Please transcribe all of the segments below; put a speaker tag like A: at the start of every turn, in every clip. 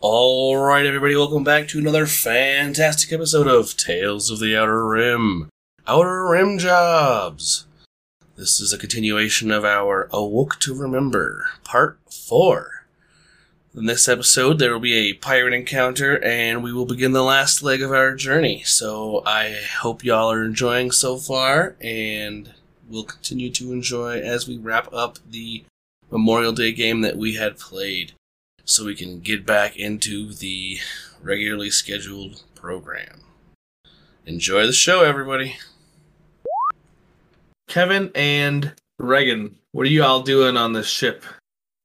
A: All right, everybody, welcome back to another fantastic episode of Tales of the Outer Rim. Outer Rim Jobs. This is a continuation of our Awoke to Remember, Part 4. In this episode, there will be a pirate encounter, and we will begin the last leg of our journey. So I hope y'all are enjoying so far, and we'll continue to enjoy as we wrap up the Memorial Day game that we had played so we can get back into the regularly scheduled program. Enjoy the show, everybody.
B: Kevin and Regan, what are you all doing on this ship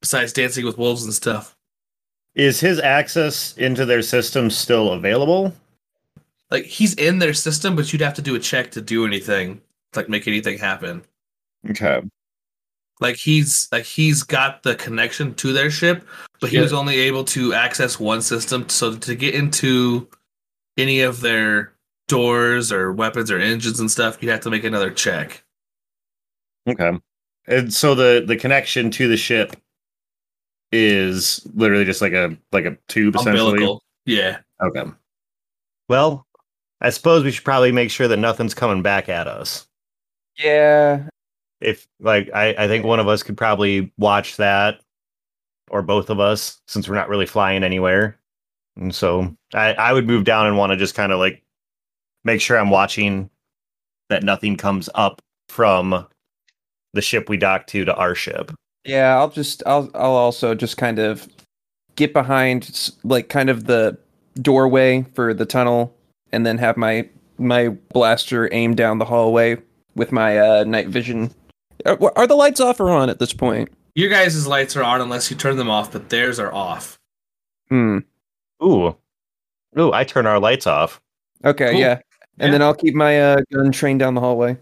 B: besides dancing with wolves and stuff?
C: Is his access into their system still available?
B: Like he's in their system, but you'd have to do a check to do anything, like make anything happen.
C: Okay.
B: Like he's like he's got the connection to their ship, but he
A: Yeah.
B: was only able to access one system. So to get into any of their doors or weapons or engines and stuff, you'd have to make another check.
C: Okay. And so the the connection to the ship is literally just like a like a tube essentially.
B: Umbilical. Yeah.
C: Okay.
D: Well, I suppose we should probably make sure that nothing's coming back at us.
E: Yeah.
D: If like I, I think one of us could probably watch that, or both of us, since we're not really flying anywhere. And so I, I would move down and want to just kind of like make sure I'm watching that nothing comes up from the ship we docked to to our ship.
E: Yeah, I'll just I'll I'll also just kind of get behind s- like kind of the doorway for the tunnel and then have my my blaster aim down the hallway with my uh night vision. Are, are the lights off or on at this point?
B: Your guys' lights are on unless you turn them off, but theirs are off.
E: Hmm.
D: Ooh. Ooh, I turn our lights off.
E: Okay,
B: Cool.
E: yeah. And
B: Yeah.
E: then I'll keep my uh, gun trained down the hallway.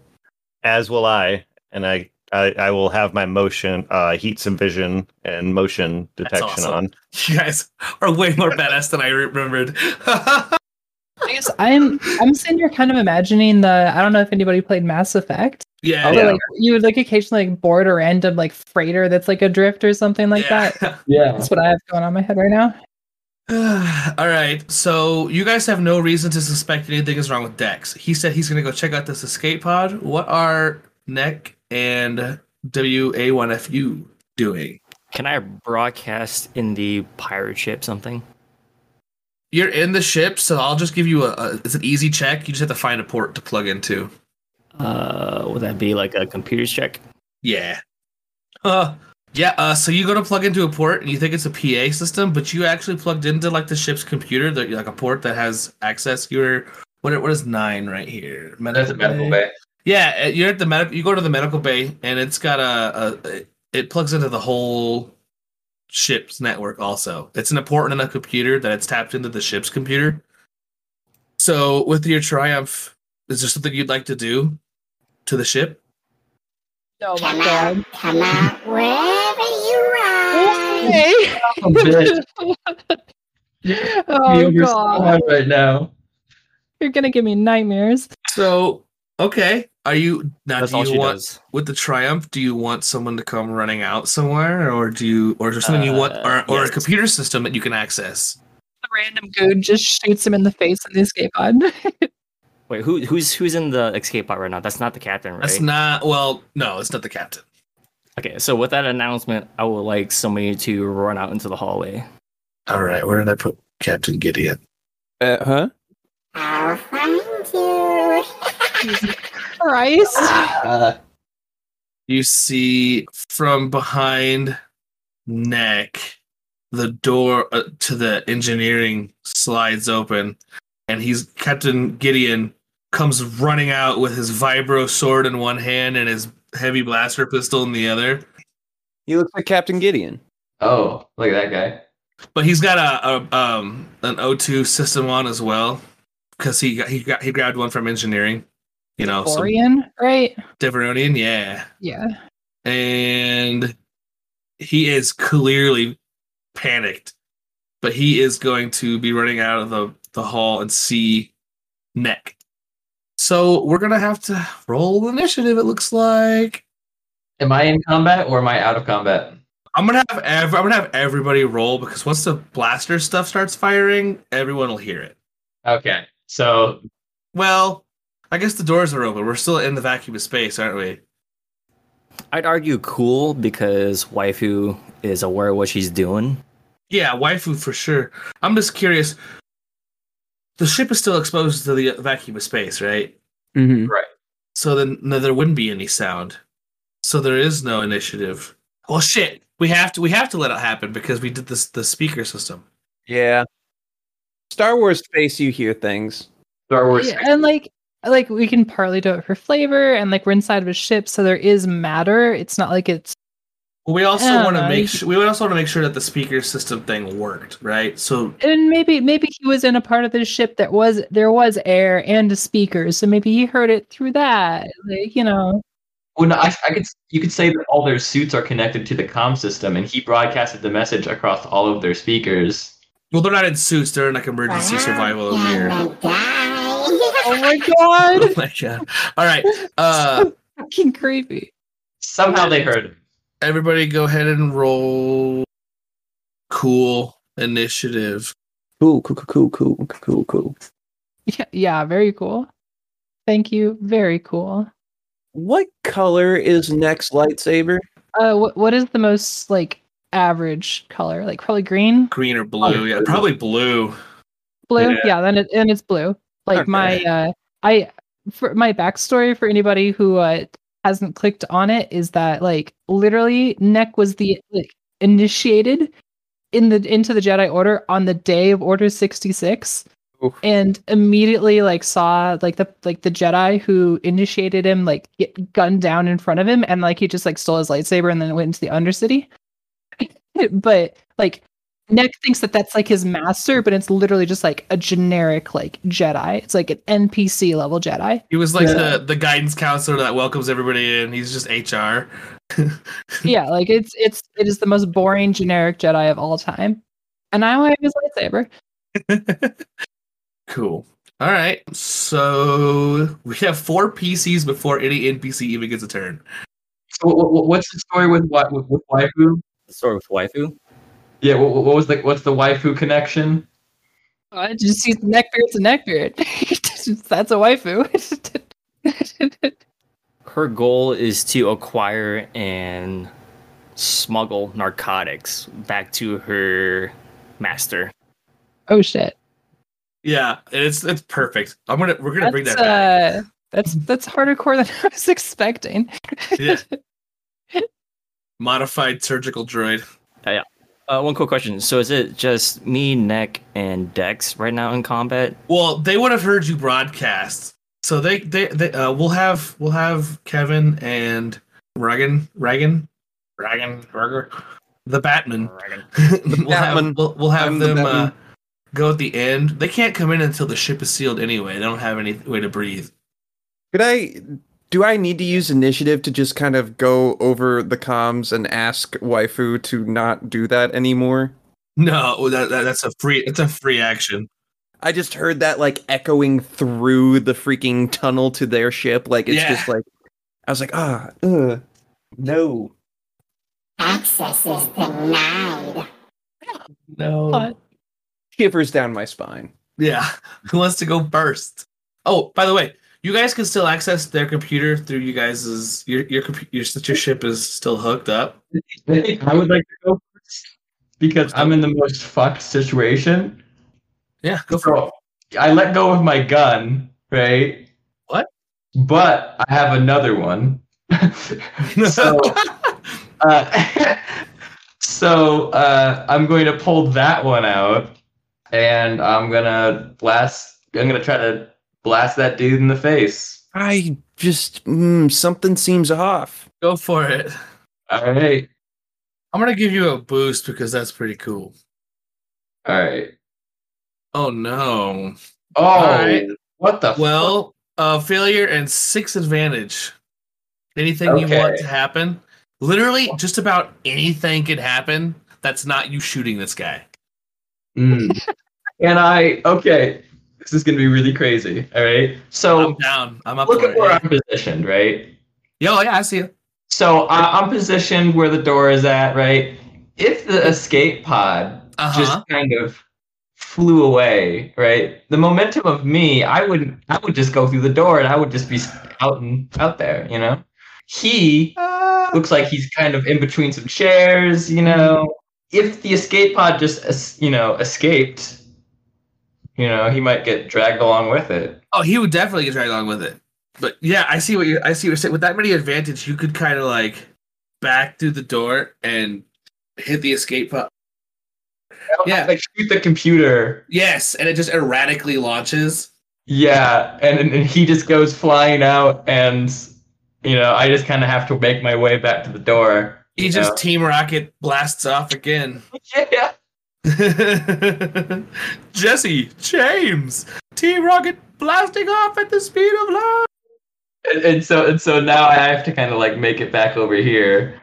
D: As will I. And I I, I will have my motion, uh heat some vision and motion detection
B: awesome.
D: on.
B: You guys are way more badass than I remembered.
F: I guess I'm I'm sitting here kind of imagining the I don't know if anybody played Mass Effect.
B: yeah.
F: but,
D: yeah.
F: like you would like occasionally like board a random like freighter that's like adrift or something like that.
A: Yeah.
F: That's what I have going on in my head right now.
B: that. All right. So you guys have no reason to suspect anything is wrong with Dex. He said he's going to go check out this escape pod. What are Neck and WA1FU doing?
G: Can I broadcast in the pirate ship something?
B: You're in the ship, so I'll just give you a, a it's an easy check. You just have to find a port to plug into.
G: Uh, would that be like a computer's check?
B: Yeah. Uh yeah, uh so you go to plug into a port and you think it's a PA system, but you actually plugged into like the ship's computer, that like a port that has access. You're what are- what is nine right here?
H: That's a medical bay.
B: Yeah, uh, you're at the medical you go to the medical bay and it's got a, a it plugs into the whole ship's network also. It's an important enough computer that it's tapped into the ship's computer. So with your triumph, is there something you'd like to do to the ship?
F: Oh my
I: Come out,
F: god.
I: come out wherever you ride.
H: bitch.
F: oh
H: You're
F: god.
H: sad right now.
F: You're gonna give me nightmares.
B: So okay, are you now?
G: That's
B: do
G: all
B: you
G: she
B: want
G: does.
B: with the triumph? Do you want someone to come running out somewhere, or do you, or is there something you want, or,
G: Uh,
B: or a
G: yes.
B: computer system that you can access?
F: The random goon just shoots him in the face in the escape pod.
G: Wait, who who's who's in the escape pod right now? That's not the captain, right?
B: That's not well. No, it's not the captain.
G: okay, so with that announcement, I would like somebody to run out into the hallway.
B: All right, where did I put Captain Gideon?
E: Uh huh.
I: I'll find you.
F: Christ.
H: Uh,
B: You see from behind neck, the door uh, to the engineering slides open, and he's Captain Gideon comes running out with his vibro sword in one hand and his heavy blaster pistol in the other.
E: He looks like Captain Gideon.
H: oh, look at that guy.
B: But he's got a, a um an O2 system on as well because he got, he got he grabbed one from engineering, you know, some
F: Orion, right?
B: Deveronian, yeah.
F: Yeah.
B: and he is clearly panicked but he is going to be running out of the, the hall and see neck so we're gonna have to roll initiative it looks like
H: Am I in combat or am I out of combat?
B: I'm gonna have ev- I'm gonna have everybody roll because once the blaster stuff starts firing, everyone will hear it.
H: Okay. So
B: Well, I guess the doors are open. We're still in the vacuum of space, aren't we?
G: I'd argue cool because waifu is aware of what she's doing.
B: Yeah, waifu for sure. I'm just curious. The ship is still exposed to the vacuum of space, right?
E: Mm-hmm.
B: So then no, there wouldn't be any sound. So there is no initiative. Well, shit. We have to we have to let it happen because we did this the speaker system.
E: Yeah. Star Wars space, you hear things.
H: Star Wars.
F: Yeah, and like like we can partly do it for flavor and like we're inside of a ship so there is matter it's not like it's
B: Well, we also
F: Yeah,
B: want to
F: you
B: make
F: should-
B: sure we also want to make sure that the speaker system thing worked, right? So
F: and maybe maybe he was in a part of the ship that was there was air and a speaker so maybe he heard it through that like you know
H: Well, Oh, no, I, I could. You could say that all their suits are connected to the comm system, and he broadcasted the message across all of their speakers.
B: well, they're not in suits; they're in like emergency survival over here.
F: oh my god
B: Oh my god! All right, uh,
F: fucking creepy
H: Somehow they heard. him.
B: everybody, go ahead and roll. Cool initiative.
E: Cool, cool, cool, cool, cool, cool, cool.
F: yeah, yeah very cool thank you very cool
E: What color is next lightsaber?
F: uh what, what is the most like average color like probably green
B: Green or blue? Yeah, probably blue.
F: blue
H: Yeah.
F: yeah, then it and it's blue like
E: Okay.
F: my uh i for my backstory for anybody who uh hasn't clicked on it is that like literally neck was the like initiated in the into the jedi order on the day of order 66
E: Oof.
F: and immediately like saw like the like the jedi who initiated him like get gunned down in front of him and like he just like stole his lightsaber and then went into the undercity but like Neck thinks that that's like his master, but it's literally just like a generic like Jedi. It's like an NPC level Jedi.
B: He was like
F: Yeah.
B: the the guidance counselor that welcomes everybody in. He's just HR.
F: yeah, like it's it's it is the most boring generic Jedi of all time. And I want his lightsaber.
B: cool. All right, so we have four PCs before any NPC even gets a turn.
H: So, what, what, what's the story with what with, with waifu?
G: The story with waifu.
H: Yeah. What, what was the what's the waifu connection?
F: I just see neckbeard's a neckbeard. that's a waifu.
G: Her goal is to acquire and smuggle narcotics back to her master.
F: oh shit.
B: Yeah, and it's it's perfect. I'm gonna we're gonna bring
F: That's,
B: that back.
F: uh, that's that's harder core than I was expecting.
B: Yeah. Modified surgical droid.
G: Uh, one quick question. So is it just me, Neck, and Dex right now in combat?
B: Well, they would have heard you broadcast, so they they, they uh, we'll have we'll have Kevin and Regan Regan Regan Berger the Batman. we'll,
E: Batman.
B: Have, we'll, we'll have
E: I'm the
B: them uh,
E: Batman.
B: go at the end. They can't come in until the ship is sealed anyway. They don't have any way to breathe.
E: Could I? Do I need to use initiative to just kind of go over the comms and ask waifu to not do that anymore?
B: No, that, that, that's a free it's a free action.
E: I just heard that like echoing through the freaking tunnel to their ship. Like it's
B: Yeah.
E: just like I was like, ah, ugh, no.
I: Access is denied.
B: No.
E: Shivers down my spine.
B: Yeah. Who wants to go first? Oh, by the way, you guys can still access their computer through you guys's your your compu- your, since your ship is still hooked up.
H: I would like to go first because I'm in the most fucked situation.
B: Yeah, go for it.
H: So I let go of my gun, right?
B: What?
H: But I have another one. so, uh, so uh, I'm going to pull that one out, and I'm gonna blast. I'm gonna try to blast that dude in the face.
E: I just mm, something seems off.
B: Go for it.
H: All right,
B: I'm gonna give you a boost because that's pretty cool.
H: all right.
B: Oh no.
H: Oh,
B: Alright.
H: what the? fuck?
B: Well, uh failure and six advantage. Anything you
H: Okay.
B: want to happen. Literally just about anything can happen that's not you shooting this guy.
H: Mm. and I okay. This is gonna be really crazy. All right. So
B: I'm down. I'm up
H: look
B: for
H: at
B: it.
H: where
B: Yeah.
H: I'm positioned, right?
B: Yo, yeah, I see you.
H: So I, I'm positioned where the door is at, right? if the escape pod
B: Uh-huh.
H: just kind of flew away, right? The momentum of me, I would I would just go through the door and I would just be out and out there, you know. He
B: Ah.
H: looks like he's kind of in between some chairs, you know.
B: Mm-hmm.
H: If the escape pod just es- you know escaped, you know he might get dragged along with it.
B: oh, he would definitely get dragged along with it. But yeah, I see what you I see what you're saying. With that many advantage, you could kind of like back through the door and hit the escape pod. Yeah.
H: like shoot the computer.
B: Yes, and it just erratically launches.
H: Yeah, and and he just goes flying out, and you know I just kind of have to make my way back to the door.
B: He
H: you
B: just
H: know?
B: team rocket blasts off again.
H: yeah.
B: Jesse, James, Team Rocket blasting off at the speed of light.
H: and, and so and so now I have to kind of like make it back over here.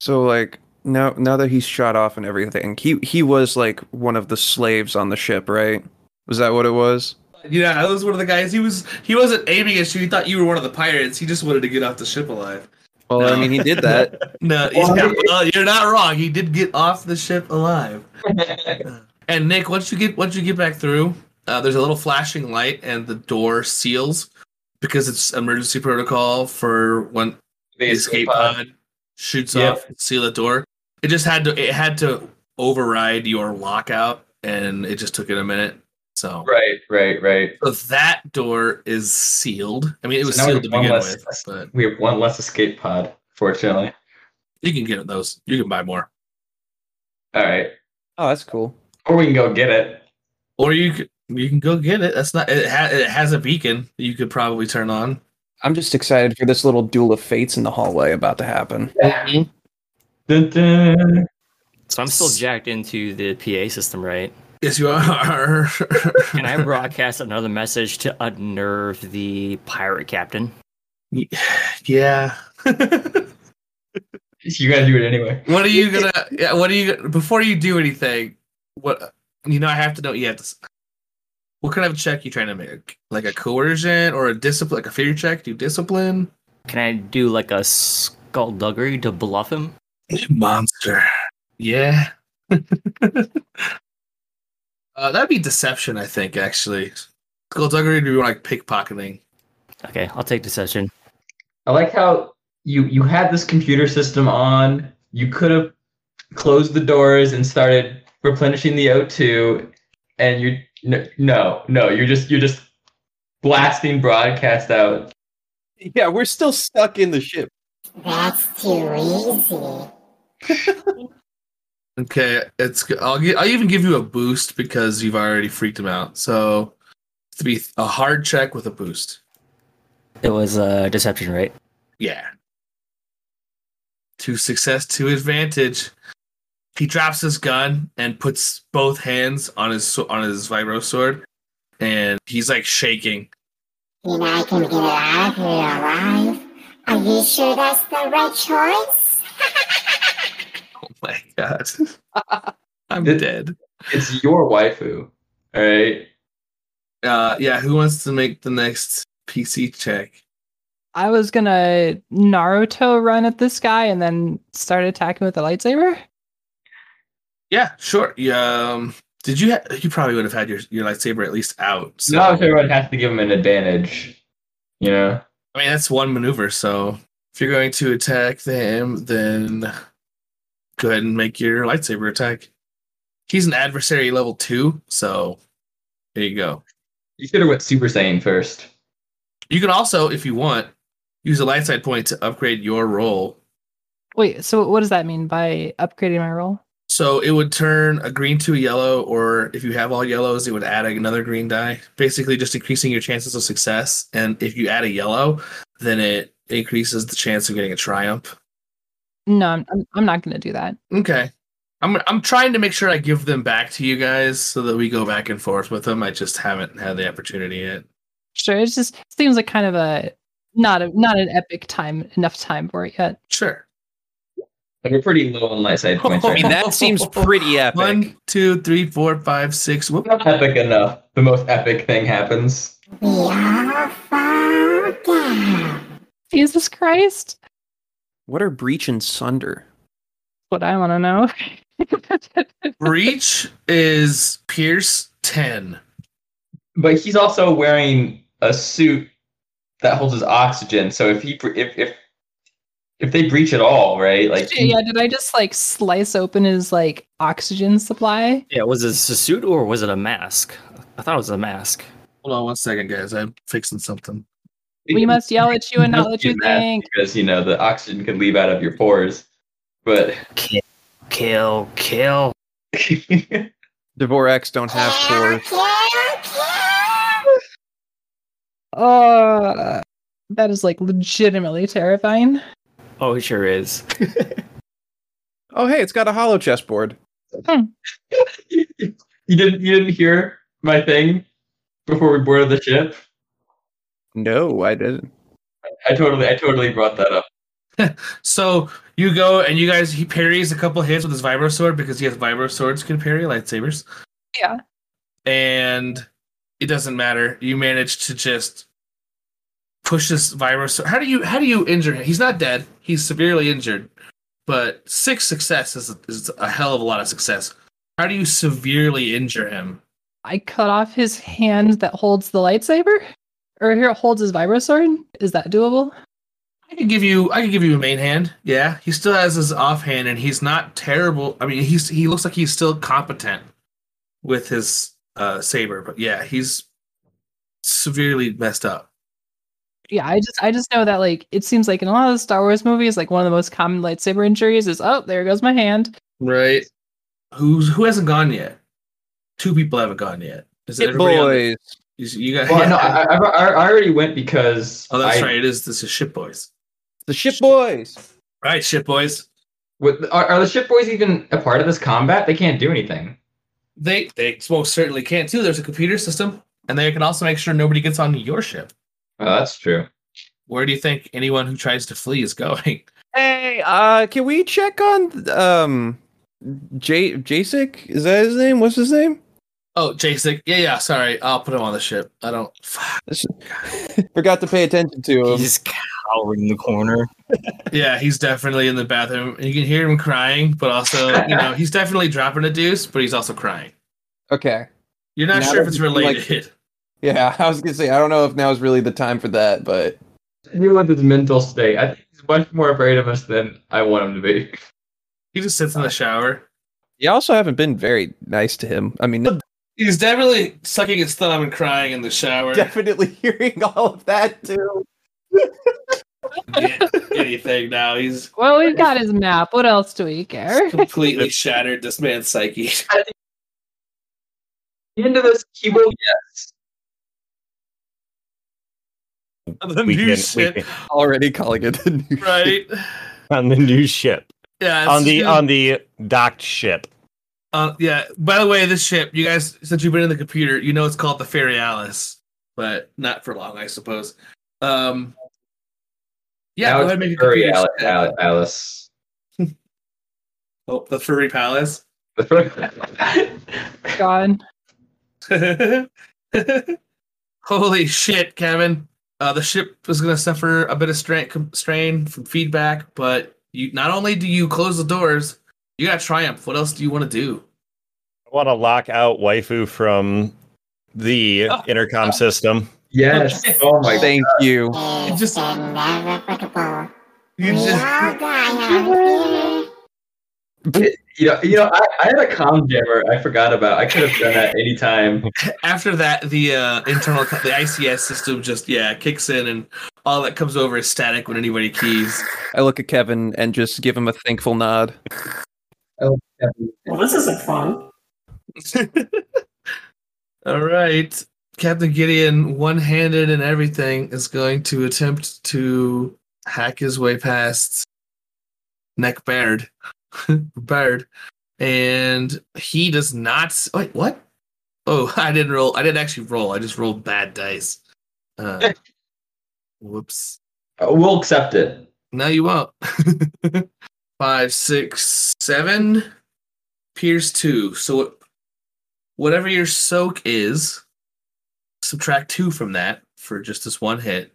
E: So like now now that he's shot off and everything, he he was like one of the slaves on the ship, right? Was that what it was?
B: Yeah, I was one of the guys. He was he wasn't aiming at you. He thought you were one of the pirates. He just wanted to get off the ship alive.
E: Well,
B: No.
E: I mean, he did that.
B: No,
H: Well,
B: yeah,
H: I-
B: well, you're not wrong. He did get off the ship alive. And Nick, once you get once you get back through, uh, there's a little flashing light and the door seals because it's emergency protocol for when
H: The
B: the escape
H: pod.
B: pod shoots
H: Yep.
B: off, seal the door. It just had to it had to override your lockout, and it just took it a minute. So,
H: Right, right, right.
B: so that door is sealed. I mean, it was
H: So now we
B: sealed to
H: have one
B: begin
H: less-
B: with, but
H: We have one less escape pod, fortunately.
B: you can get those. You can buy more,
H: All right,
E: Oh, that's cool.
H: or we can go get it.
B: or you c- you can go get it. That's not it. Ha- it has a beacon that you could probably turn on.
E: I'm just excited for this little duel of fates in the hallway about to happen.
H: Dun, dun.
G: So I'm still jacked into the PA system, right?
B: Yes, you are.
G: Can I broadcast another message to unnerve the pirate captain?
B: yeah. what
H: You gotta do it anyway.
B: are you gonna? Yeah. What are you gonna- before you do anything? What you know? I have to know. You have to. s- What kind of check you trying to make? Like a coercion or a discipline? Like a fear check? Do discipline?
G: Can I do like a skullduggery to bluff him?
B: Monster. Yeah. uh, that'd be deception, I think. Actually, skullduggery would be more like pickpocketing.
G: Okay, I'll take deception.
H: I like how you you had this computer system on. You could have closed the doors and started replenishing the O2, and you no no no you're just you're just blasting broadcast out.
E: Yeah, we're still stuck in the ship.
I: That's too easy.
B: Okay, it's. I'll gi- I'll even give you a boost because you've already freaked him out. So, it's to be a hard check with a boost.
G: It was uh, deception, right?
B: Yeah. To success, to advantage. He drops his gun and puts both hands on his sw- on his vibro sword, and he's like shaking.
I: You know I can get it out of here alive. Are you sure that's the right choice?
B: Oh my god, I'm
H: Did-
B: dead.
H: It's your waifu, all right?
B: Uh, yeah. Who wants to make the next PC check?
F: I was gonna Naruto run at this guy and then start attacking with the lightsaber.
B: Yeah, sure. Yeah. Um, did you? Ha- you probably would have had your your lightsaber at least out. So.
H: Not everyone has to give him an advantage. You know?
B: I mean, that's one maneuver. So if you're going to attack them, then go ahead and make your lightsaber attack. He's an adversary level two, so there you go.
H: You should have went Super Saiyan first.
B: You can also, if you want, use a light side point to upgrade your roll.
F: Wait, so what does that mean by upgrading my roll?
B: So it would turn a green to a yellow, or if you have all yellows, it would add another green die, basically just increasing your chances of success. And if you add a yellow, then it increases the chance of getting a triumph.
F: No, I'm I'm, I'm not gonna do that.
B: Okay. I'm I'm trying to make sure I give them back to you guys so that we go back and forth with them. I just haven't had the opportunity yet.
F: Sure, it just seems like kind of a not a not an epic time enough time for it yet.
B: Sure.
H: Like we're pretty low on light side points.
B: I
H: Right
B: mean,
H: now.
B: that seems pretty
E: epic.
B: One, two, three, four, five, six. Whoop.
H: Not epic enough. The most epic thing happens.
I: We all fall down.
F: Jesus Christ,
E: What are breach and sunder?
F: what I want to know.
B: Reach is Pierce 10.
H: But he's also wearing a suit that holds his oxygen. So if he bre- if if if they breach at all, right? Like he-
F: yeah, did I just like slice open his like oxygen supply?
G: Yeah, was it a suit or was it a mask? I thought it was a mask.
B: Hold on one second, guys. I'm fixing something.
F: We must yell at you and not let you
H: Mask
F: think.
H: because you know the oxygen can leave out of your pores. But
G: Kill, kill, kill.
E: Dvorax don't have
I: Kill,
E: four.
I: kill, kill.
F: Uh, that is like legitimately terrifying.
G: Oh, it sure is.
E: Oh, hey, it's got a hollow chessboard.
H: you didn't you didn't hear my thing before we boarded the ship?
E: No, I didn't.
H: I totally I totally brought that up.
B: So you go and you guys he parries a couple hits with his vibro sword because he has vibro swords can parry lightsabers.
F: Yeah.
B: And it doesn't matter. You manage to just push this vibro sword. How do you how do you injure him? He's not dead. He's severely injured. But six success is is a hell of a lot of success. How do you severely injure him?
F: I cut off his hand that holds the lightsaber, or here it holds his vibrosword. Is that doable?
B: I could give you I could give you a main hand. Yeah. He still has his offhand and he's not terrible. I mean he's he looks like he's still competent with his uh saber, but yeah, he's severely messed up.
F: Yeah, I just I just know that like it seems like in a lot of the Star Wars movies, like one of the most common lightsaber injuries is oh there goes my hand.
B: Right. Who's who hasn't gone yet? Two people haven't gone yet. Is it
E: Hit
B: everybody on the-
E: boys.
B: You, you got
H: Well, no, I, I, I I already went because
B: Oh that's
H: I,
B: right, it is this is ship boys.
E: The ship boys.
B: Right, ship boys.
H: With, are, are the ship boys even a part of this combat? They can't do anything.
B: They they most certainly can too. There's a computer system, and they can also make sure nobody gets on your ship.
H: Oh, that's true.
B: Where do you think anyone who tries to flee is going?
E: Hey, uh, can we check on um, J Jacek? Is that his name? What's his name?
B: Oh, Jasek. Yeah, yeah. Sorry, I'll put him on the ship. I don't. Fuck.
E: Forgot to pay attention to him.
G: He's just cowering in the corner.
B: Yeah, he's definitely in the bathroom. You can hear him crying, but also, you know, he's definitely dropping a deuce, but he's also crying.
E: Okay.
B: You're not
E: Now
B: sure if
E: that
B: it's
E: you, like-
B: related.
E: Yeah, I was gonna say I don't know if now is really the time for that, but
H: Deal with his mental state. I think he's much more afraid of us than I want him to be.
B: he just sits in
E: Uh.
B: the shower.
E: you also haven't been very nice to him. I mean,
B: He's definitely sucking his thumb and crying in the shower.
E: definitely hearing all of that too.
B: Can't do anything now. He's
F: Well, we've got his map. What else do we care?
B: completely shattered this man's psyche.
H: The end of this, he will.
B: the
D: We
B: new
D: can- we
B: ship,
D: can-
E: Already calling it the new ship.
B: right?
D: on the new ship,
B: Yeah. it's
D: on the uh,
B: just-
D: on the docked ship.
B: Uh, yeah. By the way, this ship, you guys, since you've been in the computer, you know it's called the Fairy Alice, but not for long, I suppose. Um, yeah,
H: Now
B: go
H: it's
B: ahead and make a
H: Hurry,
B: computer
H: Alice,
B: check.
H: Alice, Alice.
B: Oh, the Furry Palace.
F: God.
B: Holy shit, Kevin! Uh, the ship is going to suffer a bit of strain, strain from feedback, but you not only do you close the doors, you got triumph. What else do you want to do?
D: I want to lock out waifu from the intercom system.
H: yes. Oh my god.
E: Thank you.
I: It's
B: just-
I: inevitable.
B: You
I: we
B: just
I: all die out here.
H: You know, you know I, I had a com jammer I forgot about. I could have done that anytime.
B: after that the uh, internal the ICS system just yeah kicks in and all that comes over is static when anybody keys.
E: I look at Kevin and just give him a thankful nod.
J: Well, this isn't fun.
B: all right, Captain Gideon, one-handed and everything, is going to attempt to hack his way past Neck Baird, Baird, and he does not. Wait, what? Oh, I didn't roll. I didn't actually roll. I just rolled bad dice. Uh, whoops.
H: Uh, We'll accept it.
B: No, you won't. Five, six, seven. Pierce two. So what- whatever your soak is, subtract two from that for just this one hit,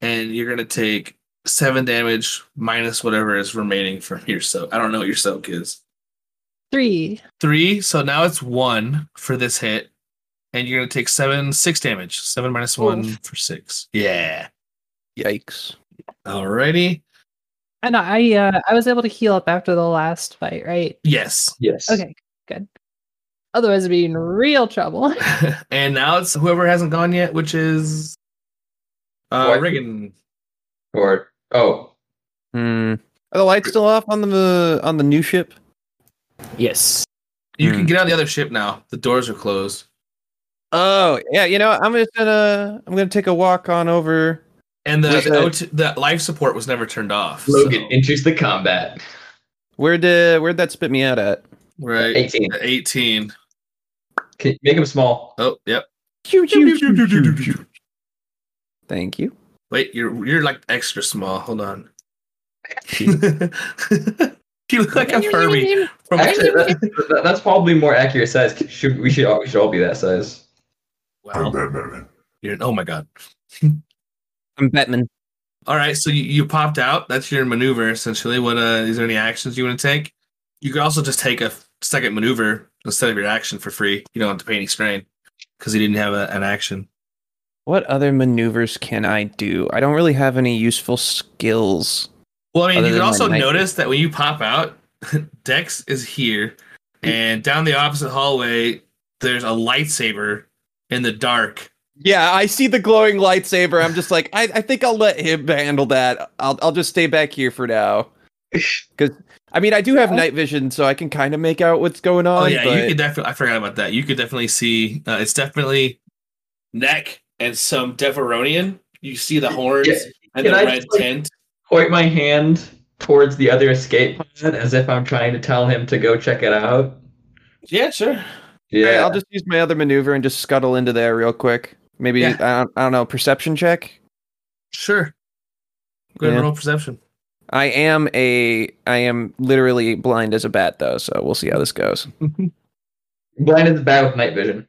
B: and you're gonna take seven damage minus whatever is remaining from your soak. I don't know what your soak is.
F: Three.
B: Three. So now it's one for this hit. And you're going to take seven, six damage. Seven minus one for six. Yeah.
E: Yikes.
B: Alrighty.
F: And I uh, I was able to heal up after the last fight, right?
B: Yes.
H: Yes.
F: Okay, good. Otherwise, I'd be in real trouble.
B: and now it's whoever hasn't gone yet, which is uh,
H: What?
B: Regan.
H: Or oh,
E: Hmm. Are the lights still off on the on the new ship?
G: Yes.
B: You
E: Hmm.
B: can get on the other ship now. The doors are closed.
E: Oh yeah, you know I'm just gonna I'm gonna take a walk on over.
B: And the,
E: Wait,
B: the,
E: uh,
B: OT the life support was never turned off.
H: Logan
B: so-
H: enters the combat.
E: Where did where'd that spit me out at?
B: Right.
H: 18.
B: 18.
H: Can- Make him small.
B: Oh, yep.
E: Thank you.
B: Wait, you're you're like extra small. Hold on. you look like a Furby. From
H: Actually, that, that- that's probably more accurate size. Should we should all, we should all be that size?
B: wow. You're, oh my god.
E: I'm Batman.
B: All right, so you, you popped out. That's your maneuver essentially. What uh is there any actions you want to take? You could also just take a f- second maneuver instead of your action for free. You don't have to pay any strain because he didn't have a, an action.
E: What other maneuvers can I do? I don't really have any useful skills.
B: Well, I mean,
E: Other
B: you can
E: than
B: also
E: my knife.
B: notice that when you pop out, Dex is here, and down the opposite hallway, there's a lightsaber in the dark.
E: Yeah, I see the glowing lightsaber. I'm just like, I, I think I'll let him handle that. I'll I'll just stay back here for now. Cause I mean I do have night vision, so I can kind of make out what's going on.
B: Oh yeah,
E: but-
B: you could definitely. I forgot about that. You could definitely see. Uh, it's definitely neck and some Deveronian. You see the horns
H: Yeah.
B: and
H: Can
B: the
H: I
B: red
H: just, like-
B: tint.
H: Point my hand towards the other escape pod as if I'm trying to tell him to go check it out.
B: Yeah, sure.
E: All right,
H: Yeah.
E: I'll just use my other maneuver and just scuttle into there real quick. Maybe
B: Yeah.
E: I, don't, I don't know perception check.
B: Sure. Go ahead and
E: Yeah.
B: roll perception.
E: I am a I am literally blind as a bat though, so we'll see how this goes.
H: Blind in the back with night vision.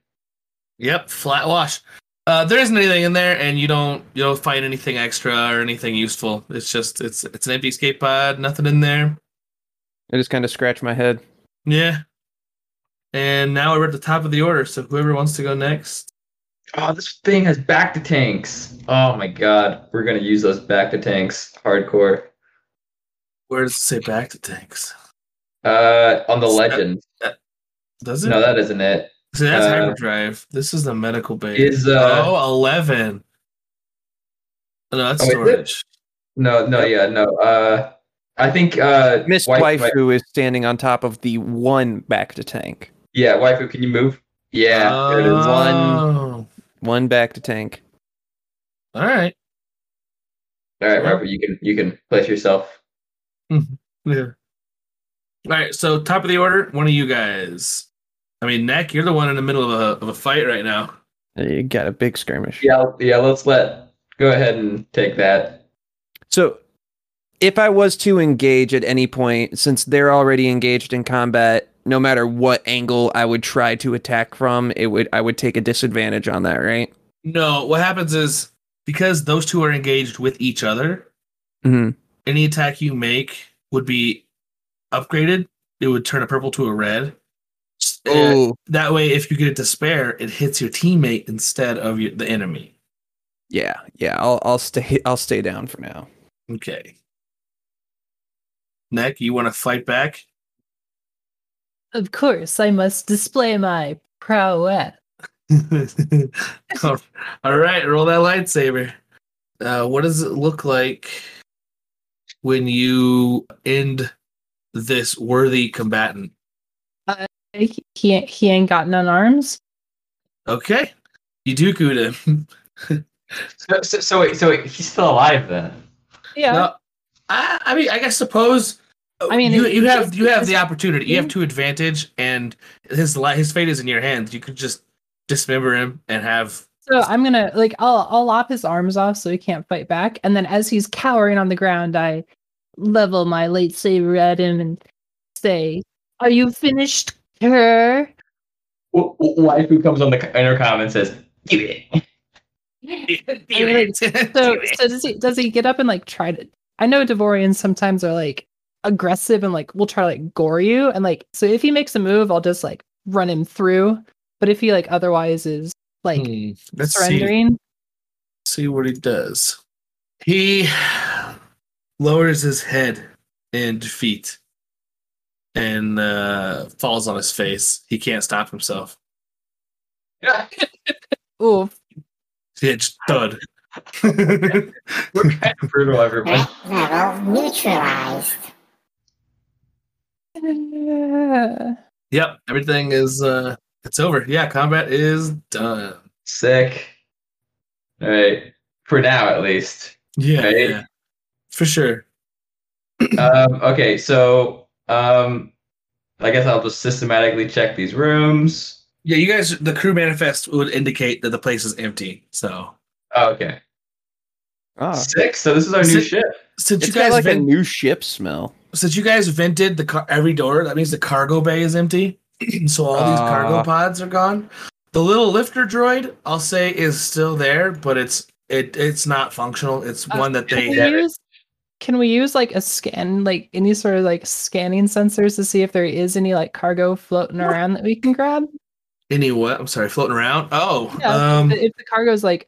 B: Yep, flat wash. Uh, there isn't anything in there, and you don't you don't find anything extra or anything useful. It's just it's it's an empty escape pod, nothing in there.
E: I just kind of scratch my head.
B: Yeah. And now we're at the top of the order, so whoever wants to go next.
H: Oh, this thing has back to tanks. Oh my god, we're gonna use those back to tanks hardcore.
B: Where does it say back to tanks?
H: Uh, on the
B: Is that-
H: legend.
B: Does it?
H: No, that isn't it.
B: so that's
H: uh,
B: hyperdrive. This is the medical bay.
H: Is uh
B: oh, 11. No, that's
H: Oh, is it?
B: storage.
H: no no yeah no uh I think uh
E: Miss
H: Wai- Wai-
E: Waifu is standing on top of the one back to tank.
H: yeah waifu can you move yeah there it is.
B: Oh.
E: One back to tank.
B: All right.
H: All right, Robert, you can you can place yourself.
B: Yeah. All right. So top of the order, one of you guys. I mean, Neck, you're the one in the middle of a of a fight right now.
E: Uh, You got a big skirmish.
H: Yeah, yeah. Let's let go ahead and take that.
E: So, if I was to engage at any point, since they're already engaged in combat, no matter what angle I would try to attack from, it would I would take a disadvantage on that, right?
B: No, what happens is because those two are engaged with each other,
E: hmm
B: any attack you make would be upgraded. It would turn a purple to a red. S- uh, That way, if you get a despair, it hits your teammate instead of your, the enemy.
E: yeah, yeah. I'll I'll stay I'll stay down for now.
B: Okay. Neck, you want to fight back?
F: Of course, I must display my prowess.
B: All right, roll that lightsaber. Uh, what does it look like when you end this worthy combatant?
F: He, he he ain't got none arms.
B: Okay, you do good. him.
H: So, so, so wait, so wait, he's still alive then?
F: Yeah.
B: Now, I, I mean, I guess suppose. uh,
F: I mean, mm-hmm.
B: you,
F: it-
B: you have you have the
F: it's-
B: opportunity. You have two advantage, and his li- his fate is in your hands. You could just dismember him and have.
F: So I'm gonna like I'll I'll lop his arms off so he can't fight back, and then as he's cowering on the ground, I level my lightsaber at him and say, "Are you finished, her?"
H: W- w- Waifu comes on the c- intercom and says, "Give it."
F: So so does he does he get up and like try to? I know Devorians sometimes are like aggressive and like will try to like gore you and like so if he makes a move I'll just like run him through but if he like otherwise is like
B: Hmm, Let's see,
F: surrendering
B: see what he does. He lowers his head in defeat and uh, falls on his face. He can't stop himself.
F: oof
B: Yeah, just thud.
H: We're kind of brutal, everyone.
I: Threat level neutralized.
F: Yeah.
B: yep, everything is uh it's over. Yeah, combat is done.
H: Sick. All right. For now, at least.
B: Yeah,
H: Right.
B: yeah. For sure.
H: um, okay, so um, I guess I'll just systematically check these rooms.
B: Yeah, you guys the crew manifest would indicate that the place is empty. So
H: Oh, okay,
E: Ah,
H: six. So this is our new
B: Six.
H: ship.
B: since
E: it's
B: you guys
E: got like a
B: vent-
E: new ship smell.
B: since you guys vented the car- every door, that means the cargo bay is empty. so all these cargo
E: Ah.
B: pods are gone. The little lifter droid, I'll say, is still there, but it's it it's not functional. It's
F: Uh,
B: one that
F: Can we
B: they
F: use can we use like a scan like any sort of like scanning sensors to see if there is any like cargo floating around that we can grab?
B: any what? I'm sorry, floating around. Oh,
F: Yeah,
B: um,
F: If if the cargo's like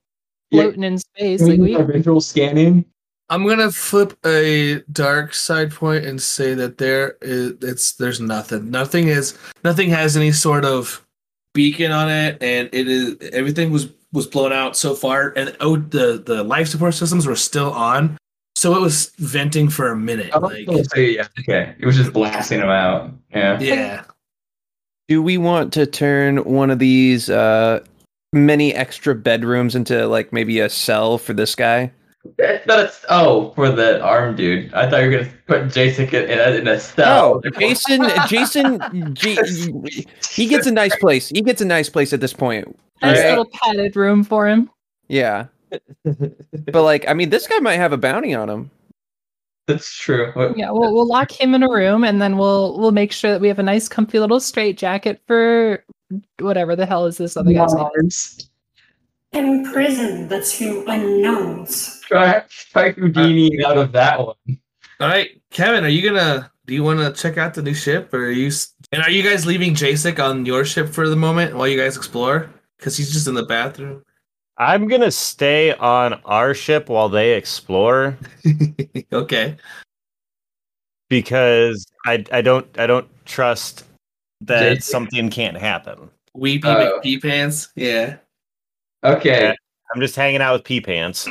H: Yeah. Mm-hmm.
F: floating in space, like we
H: visual scanning.
B: I'm gonna flip a dark side point and say that there is it's there's nothing. Nothing is nothing has any sort of beacon on it, and it is everything was was blown out so far, and oh the the life support systems were still on, so it was venting for a minute.
H: Oh.
B: Like
H: yeah. Okay, it was just blasting them out. Yeah.
B: yeah,
E: Do we want to turn one of these uh, many extra bedrooms into like maybe a cell for this guy?
H: That's oh for the arm dude. I thought you were gonna put Jacek in, in, a- in a cell.
E: Oh, Jason, Jason, J- he gets a nice place. He gets a nice place at this point.
F: a nice
E: Alright.
F: little padded room for him.
E: Yeah. But like, I mean, this guy might have a bounty on him.
H: That's true. What-
F: Yeah, we'll we'll lock him in a room and then we'll we'll make sure that we have a nice comfy little straight jacket for whatever the hell is this other guy's name.
H: Mars.
J: In prison, that's who unknowns.
H: Try, try Houdini out of that one.
B: All right, Kevin, are you gonna do you want to check out the new ship, or are you s- and are you guys leaving Jacek on your ship for the moment while you guys explore? Because he's just in the bathroom.
D: I'm gonna stay on our ship while they explore
B: okay.
D: because I I don't I don't trust that
H: Jake.
D: something can't happen.
B: Weepy
H: Oh.
B: McPee pants. Yeah.
H: Okay.
D: I'm just hanging out with Pee Pants.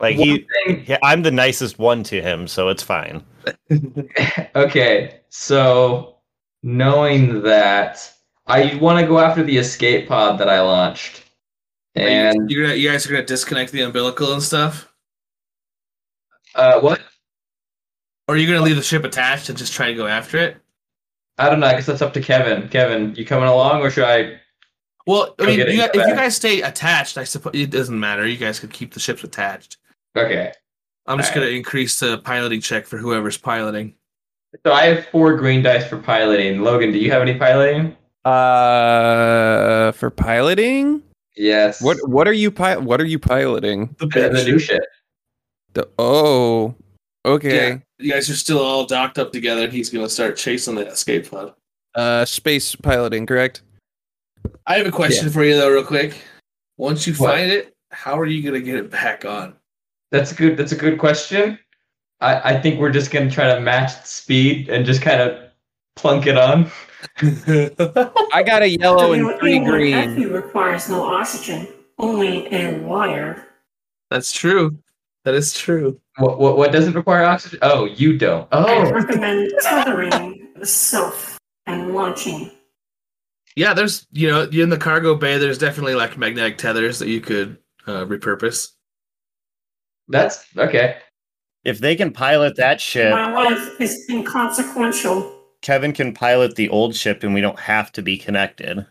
D: Like he,
H: One thing-
D: he- I'm the nicest one to him, so it's fine.
H: okay, so knowing that, I want to go after the escape pod that I launched,
B: Are you-
H: and
B: you're gonna, you guys are gonna disconnect the umbilical and stuff,
H: uh, what
B: or you're gonna leave the ship attached and just try to go after it.
H: I don't know. I guess that's up to Kevin. Kevin, you coming along, or should I?
B: Well, I
H: Go
B: mean,
H: get it,
B: you guys,
H: go
B: if you
H: back.
B: guys stay attached, I suppose it doesn't matter. You guys could keep the ships attached.
H: Okay,
B: I'm just
H: Alright.
B: gonna increase the piloting check for whoever's piloting.
H: so I have four green dice for piloting. Logan, do you have any piloting?
E: Uh, for piloting.
H: Yes.
E: What What are you pi- What are you piloting?
B: The
H: The, the new ship.
E: The oh,
B: Yeah,
E: okay.
B: you guys are still all docked up together, and he's gonna start chasing the escape pod.
E: Uh, space piloting, correct?
B: I have a question for you though, real quick. Once you
H: What?
B: find it, how are you gonna get it back on?
H: That's a good. That's a good question. I, I think we're just gonna try to match the speed and just kind of plunk it on.
E: I got a yellow and
J: Doing
E: three
J: what anyone
E: green.
J: has to requires no oxygen, only a wire.
B: That's true. That is true.
H: What what, what doesn't require oxygen? Oh, you don't.
J: I
H: Oh,
J: recommend tethering the self and launching.
B: Yeah, there's you know in the cargo bay, there's definitely like magnetic tethers that you could uh, repurpose.
H: that's okay.
C: If they can pilot that ship,
J: My life is inconsequential.
C: Kevin can pilot the old ship and we don't have to be connected.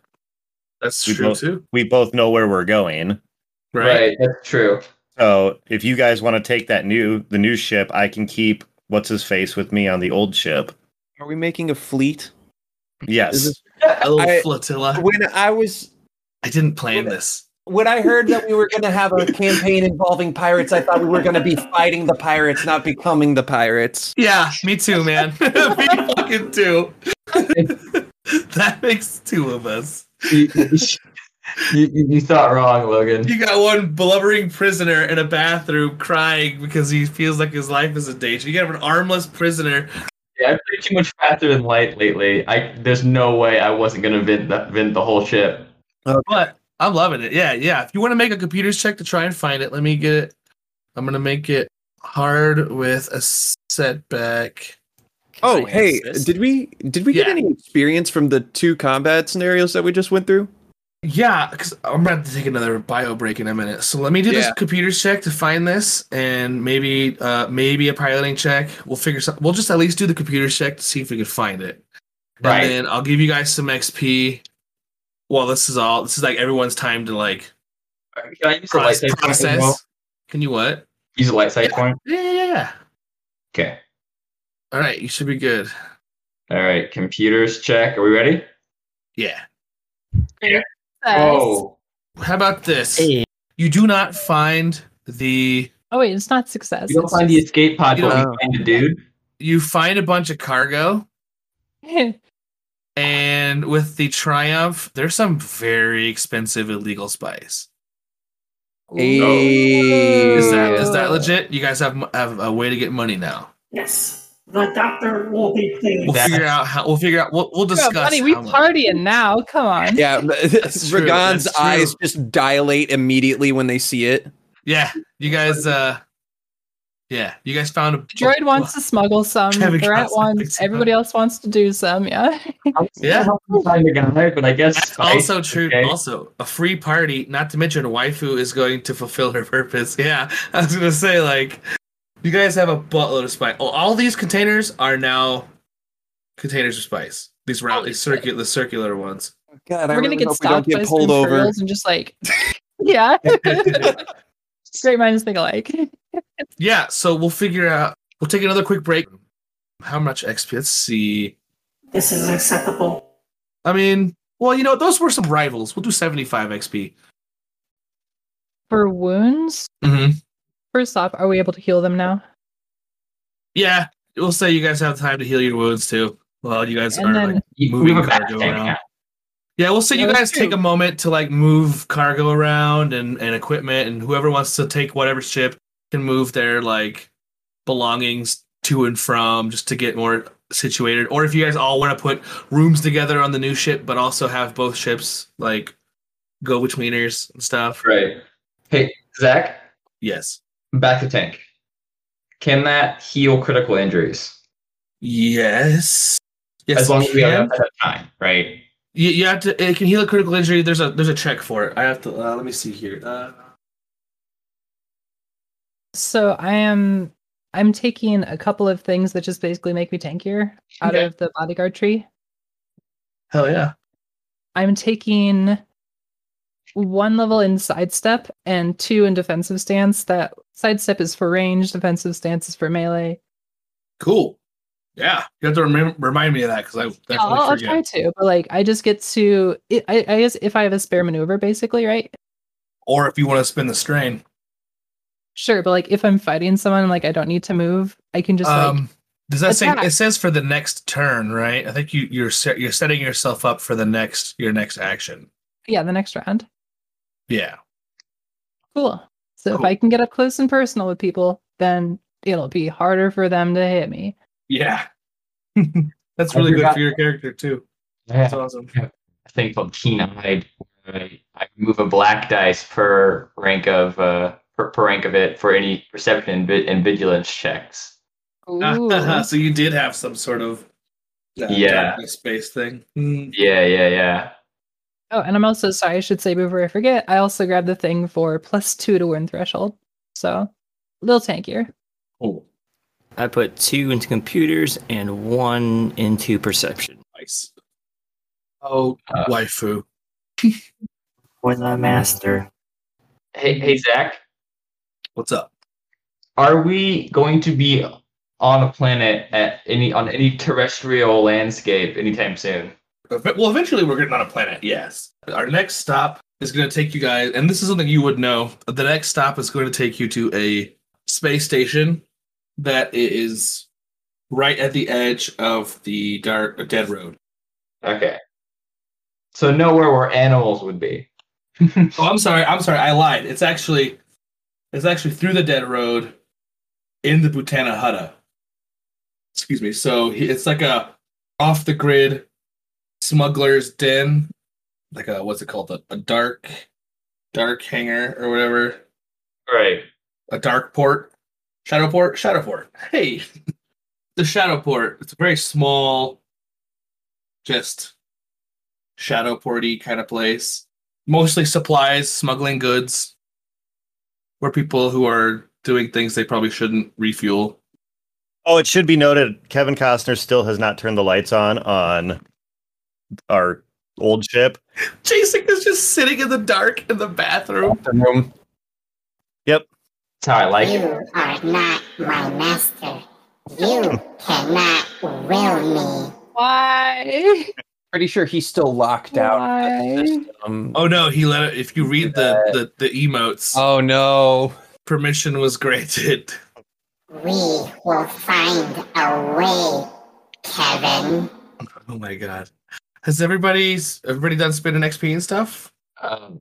B: That's
C: We
B: true
C: both-
B: too,
C: We both know where we're going.
B: right?
H: Right, that's true.
C: So if you guys want to take that new the new ship, I can keep what's his face with me on the old ship.
E: Are we making a fleet?
C: Yes.
B: A little
E: I-
B: flotilla.
E: When I was
B: I didn't plan
E: When-
B: this.
K: when I heard that we were going to have a campaign involving pirates, I thought we were going to be fighting the pirates, not becoming the pirates.
B: Yeah, me too, man. me fucking too. that makes two of us.
H: you, you, you thought wrong, Logan.
B: You got one blubbering prisoner in a bathroom crying because he feels like his life is in danger. You have an armless prisoner.
H: Yeah, I played too much faster than light lately. I there's no way I wasn't gonna vent the, vent the whole ship.
B: But I'm loving it. Yeah, yeah. If you want to make a computer's check to try and find it, let me get it. I'm gonna make it hard with a setback.
E: Oh, hey, did we did we get
B: Yeah.
E: any experience from the two combat scenarios that we just went through?
B: Yeah, because I'm about to take another bio break in a minute. So let me do this
E: Yeah.
B: computer's check to find this, and maybe uh maybe a piloting check. We'll figure something. We'll just at least do the computer's check to see if we can find it.
H: Right.
B: And then I'll give you guys some XP. Well, this is all. This is like everyone's time to like
H: Can I use a
B: process.
H: light side point? as well?
B: Can you what?
H: Use a light side point.
B: Yeah, yeah, yeah.
H: Okay.
B: All right, you should be good.
H: All right. Computers check. Are we ready?
B: Yeah.
F: Oh.
H: Oh,
B: How about this? You do not find the
F: Oh, wait, it's not success.
H: you don't
F: it's
H: find the escape pod,
B: You
H: but we
B: don't-
H: find the dude.
B: you find a bunch of cargo
F: just-
B: and with the triumph there's some very expensive illegal spice is that is that legit you guys have have a way to get money now
J: Yes, the doctor will be pleased.
B: we'll figure out how we'll figure out we'll, we'll
F: Yeah,
B: discuss
F: buddy, we
B: how much-
F: partying now. Come on.
E: Yeah,
B: true,
E: Ragan's
B: that's true.
E: eyes just dilate immediately when they see it.
B: yeah you guys uh yeah you guys found a
F: Droid wants to smuggle some.
B: Kevin
F: Threat
B: Costner
F: wants.
B: thinks so.
F: Everybody else wants to do some. Yeah.
B: yeah
H: Find the guy, but I guess
B: That's
H: spice,
B: also true.
H: okay.
B: Also, a free party, not to mention waifu is going to fulfill her purpose. Yeah, I was gonna say like, you guys have a buttload of spice. Oh, all these containers are now containers of spice. These round, these circular, the circular ones.
E: God,
F: We're
E: I
F: gonna
E: really
F: get
E: hope we don't
F: stopped by
E: get
F: some
E: pulled over.
F: girls and just like, yeah. Great minds think alike.
B: Yeah, so we'll figure out. We'll take another quick break. How much XP? Let's see.
J: This is acceptable.
B: I mean, well, you know, those were some rivals. We'll do seventy-five XP.
F: For wounds,
B: Mm-hmm.
F: first off, are we able to heal them now?
B: Yeah, we'll say you guys have time to heal your wounds too. Well, you guys are
F: And then
B: like
H: We
B: moving
H: have a bad
B: cargo
H: thing
B: around.
H: now.
B: Yeah, we'll say
F: Yeah,
B: you
F: that's
B: guys take
F: true.
B: a moment to like move cargo around and, and equipment, and whoever wants to take whatever ship can move their like belongings to and from just to get more situated. Or if you guys all want to put rooms together on the new ship, but also have both ships like go betweeners and stuff.
H: Right. Hey, Zach,
B: Yes.
H: back to tank. Can that heal critical injuries?
B: Yes. Yes.
H: as long
B: you
H: as we have
B: can.
H: enough time, right?
B: you, you have to it can heal a critical injury there's a there's a check for it i have to uh, let me see here uh,
F: So I am I'm taking a couple of things that just basically make me tankier out
B: Okay.
F: of the bodyguard tree.
B: hell yeah
F: I'm taking one level in sidestep and two in defensive stance. That sidestep is for range, defensive stance is for melee.
B: cool yeah you have to remem- remind me of that because i definitely
F: Yeah, Oh, I'll, I'll
B: forget
F: try to, but like I just get to it, I, I guess if I have a spare maneuver, basically, right?
B: or if you want to spin the strain
F: Sure, but like if I'm fighting someone, like I don't need to move, I can just
B: um
F: like
B: does that say
F: attack.
B: it says for the next turn right i think you you're set, you're setting yourself up for the next your next action
F: yeah, the next round.
B: yeah
F: Cool. So if
B: Cool.
F: I can get up close and personal with people, then it'll be harder for them to hit me.
B: yeah that's really good for your character too that's awesome
H: a thing called keen eyed. I I remove a black dice per rank of uh, per, per rank of it for any perception and, vi- and vigilance checks.
F: Ooh.
B: so you did have some sort of uh,
H: Yeah.
B: space thing Hmm.
H: Yeah, yeah, yeah.
F: Oh, and I'm also sorry, I should say before I forget, I also grabbed the thing for plus two to win threshold. So a little tankier.
B: oh
G: I put two into computers and one into perception.
B: nice oh
H: Uh,
B: waifu
J: For the master.
H: Hey, hey, Zach,
B: what's up
H: are we going to be on a planet at any on any terrestrial landscape anytime soon?
B: Well, eventually we're getting on a planet. Yes. Our next stop is going to take you guys, and this is something you would know. The next stop is going to take you to a space station that is right at the edge of the dark dead road.
H: Okay. So nowhere where animals would be.
B: oh, I'm sorry. I'm sorry. I lied. It's actually, it's actually through the dead road, in the Butana Hutta. Excuse me. So he- it's like a off the grid smuggler's den, like a what's it called? A, a dark, dark hangar or whatever.
H: Right.
B: A dark port, shadow port, shadow port. Hey, the shadow port. It's a very small, just shadow porty kind of place mostly supplies, smuggling goods, where people who are doing things they probably shouldn't refuel.
D: Oh, it should be noted Kevin Costner still has not turned the lights on on our old ship.
B: Jason is just sitting in the dark in the bathroom.
D: Yep.
H: That's how I like
I: you
H: it.
I: are not my master. You cannot will me.
F: Why?
K: Pretty sure he's still locked out.
F: Why?
K: Um,
B: Oh no, he let it. If you read the the, the emotes,
K: oh no.
B: permission was granted.
I: We will find a way, Kevin.
B: Oh my god, has everybody's everybody done spin and XP and stuff?
H: Um,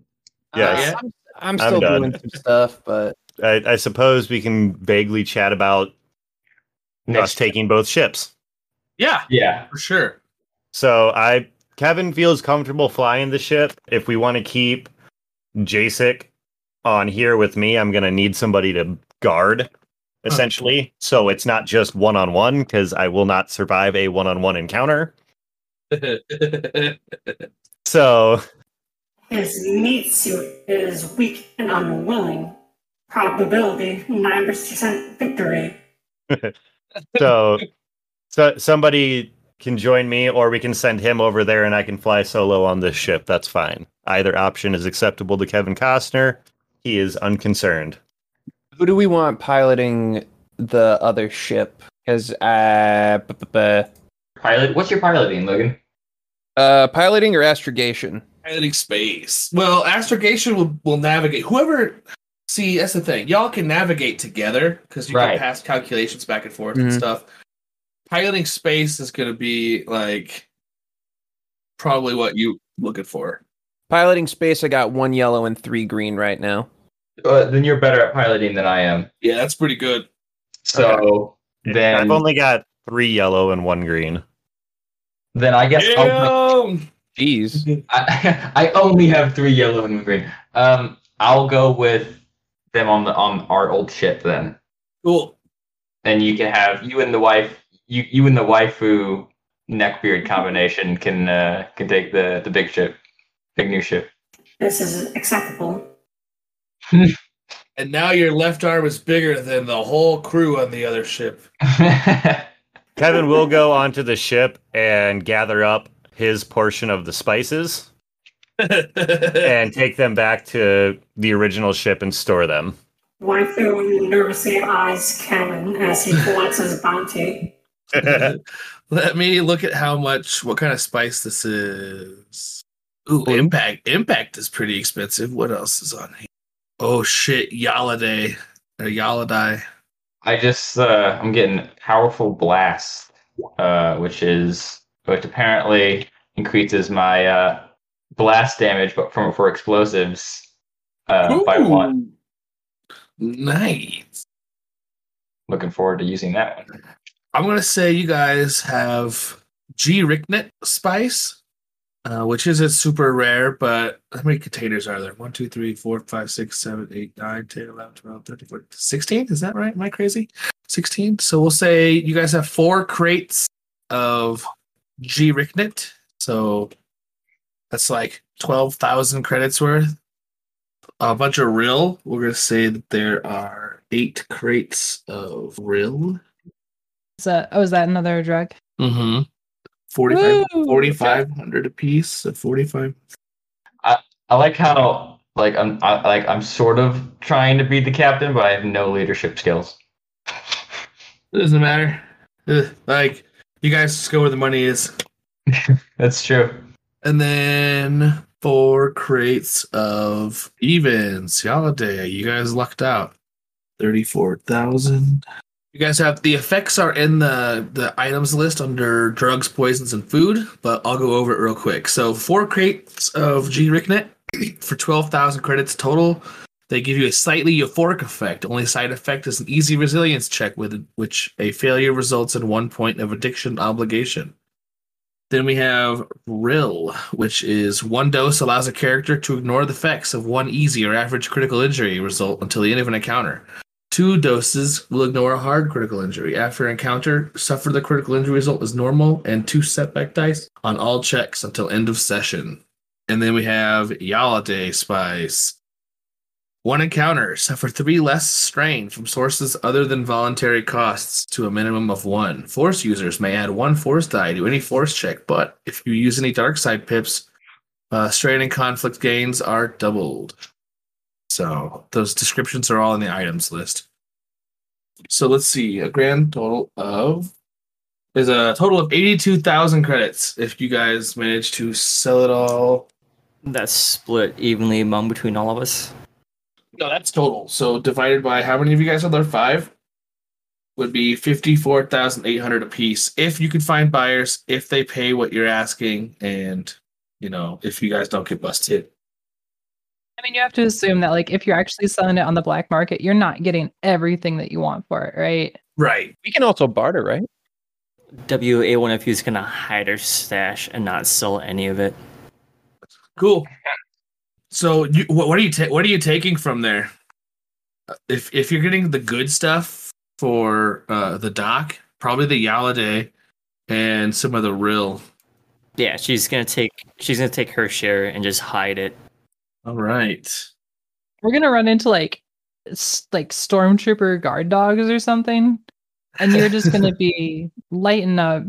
D: Yes.
B: Yeah.
E: Oh,
K: I'm, I'm
D: I'm
K: still
D: done.
K: doing some stuff, but
D: I, I suppose we can vaguely chat about us
H: next take.
D: taking both ships.
B: Yeah,
H: Yeah.
B: for sure.
D: So I Kevin feels comfortable flying the ship. If we want to keep Jacek on here with me, I'm gonna need somebody to guard, essentially. So it's not just one on one, because I will not survive a one on one encounter. So
J: His meat suit is weak and unwilling. Probability 9% victory.
D: so so somebody can join me or we can send him over there and I can fly solo on this ship. That's fine. Either option is acceptable to Kevin Costner. He is unconcerned.
E: Who do we want piloting the other ship? Because uh, b- b- b-
H: Pilot. What's your piloting, Logan?
E: uh, piloting or astrogation?
B: Piloting space. Well, astrogation will will navigate. Whoever. See, that's the thing. Y'all can navigate together because you can
H: Right.
B: pass calculations back and forth and
E: Mhm.
B: stuff. Piloting space is going to be like probably what you looking for.
E: Piloting space. I got one yellow and three green right now.
H: Uh, then you're better at piloting than I am.
B: Yeah, that's pretty good.
H: So then,
D: I've only got three yellow and one green.
H: then I guess I'll-
B: Damn!
E: Jeez.
H: I, I only have three yellow and one green. Um, I'll go with them on the on our old ship then,
B: Cool.
H: and you can have you and the wife, you you and the waifu neckbeard combination can uh, can take the the big ship, big new ship.
J: This is acceptable.
B: And now your left arm is bigger than the whole crew on the other ship.
D: Kevin will go onto the ship and gather up his portion of the spices and take them back to the original ship and store them.
J: Waifu nervously eyes Kevin as he collects his bounty.
B: Let me look at how much, what kind of spice this is. Ooh, impact. Impact is pretty expensive. What else is on here? Oh shit, Yaladay or Yaladai.
H: I just uh, I'm getting powerful blast, uh, which is which apparently increases my uh, blast damage, but from for explosives uh, by one.
B: Nice.
H: Looking forward to using that one.
B: I'm gonna say you guys have G Ricknet spice, uh, which isn't super rare, but how many containers are there? One, two, three, four, five, six, seven, eight, nine, 10, 11, 12, 13, 14, 16. Is that right? Am I crazy? 16. So we'll say you guys have four crates of G Ricknet. So that's like 12,000 credits worth. A bunch of Rill. We're gonna say that there are eight crates of Rill.
F: Is that, oh, is that another drug?
B: Mm-hmm. 45
F: Woo!
B: 4500 a piece. So 45.
H: I like how like I'm I, like I'm sort of trying to be the captain, but I have no leadership skills.
B: It doesn't matter. Ugh, Like, you guys just go where the money is.
H: That's true.
B: And then four crates of even Cialadea. You guys lucked out. Thirty-four thousand. You guys have the effects are in the the items list under drugs, poisons, and food, but I'll go over it real quick. So four crates of G Ricknet for twelve thousand credits total. They give you a slightly euphoric effect. Only side effect is an easy resilience check, with which a failure results in one point of addiction obligation. Then we have Rill, which is one dose allows a character to ignore the effects of one easy or average critical injury result until the end of an encounter. Two doses will ignore a hard critical injury. After an encounter, suffer the critical injury result as normal and two setback dice on all checks until end of session. And then we have Yaladay Spice. One encounter, suffer three less strain from sources other than voluntary costs to a minimum of one. Force users may add one force die to any force check, but if you use any dark side pips, uh, strain and conflict gains are doubled. So those descriptions are all in the items list. So let's see, a grand total of is a total of eighty-two thousand credits. If you guys manage to sell it all,
G: That's split evenly among between all of us.
B: no, that's total. So divided by how many of you guys are there? Five would be fifty-four thousand eight hundred apiece. If you can find buyers, if they pay what you're asking, and you know if you guys don't get busted.
F: I mean, you have to assume that like if you're actually selling it on the black market, you're not getting everything that you want for it, right?
B: Right.
E: We can also barter, right?
G: WA1FU is gonna hide her stash and not sell any of it.
B: Cool. So, you, what, what are you ta- what are you taking from there? Uh, If if you're getting the good stuff for uh, the dock, probably the Yaladay and some of the real.
G: Yeah, she's gonna take she's gonna take her share and just hide it.
B: All right.
F: We're gonna run into like s- like stormtrooper guard dogs or something, and you're just gonna be lighting up.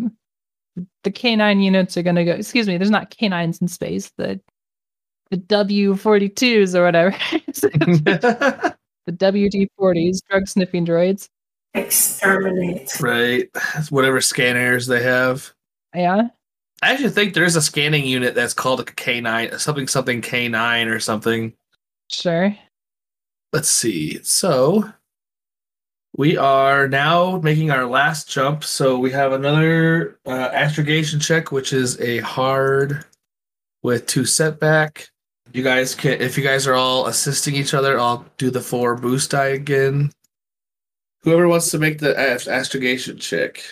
F: The K9 units are gonna go. Excuse me, there's not K9s in space. The the W42s or whatever. the WD40s, drug sniffing droids.
J: Exterminate.
B: Right. Whatever scanners they have.
F: Yeah.
B: I actually think there's a scanning unit that's called a K9, something something K9 or something.
F: Sure.
B: Let's see. So we are now making our last jump. So we have another uh, astrogation check, which is a hard with two setback. You guys can, if you guys are all assisting each other, I'll do the four boost die again. Whoever wants to make the ast- astrogation check.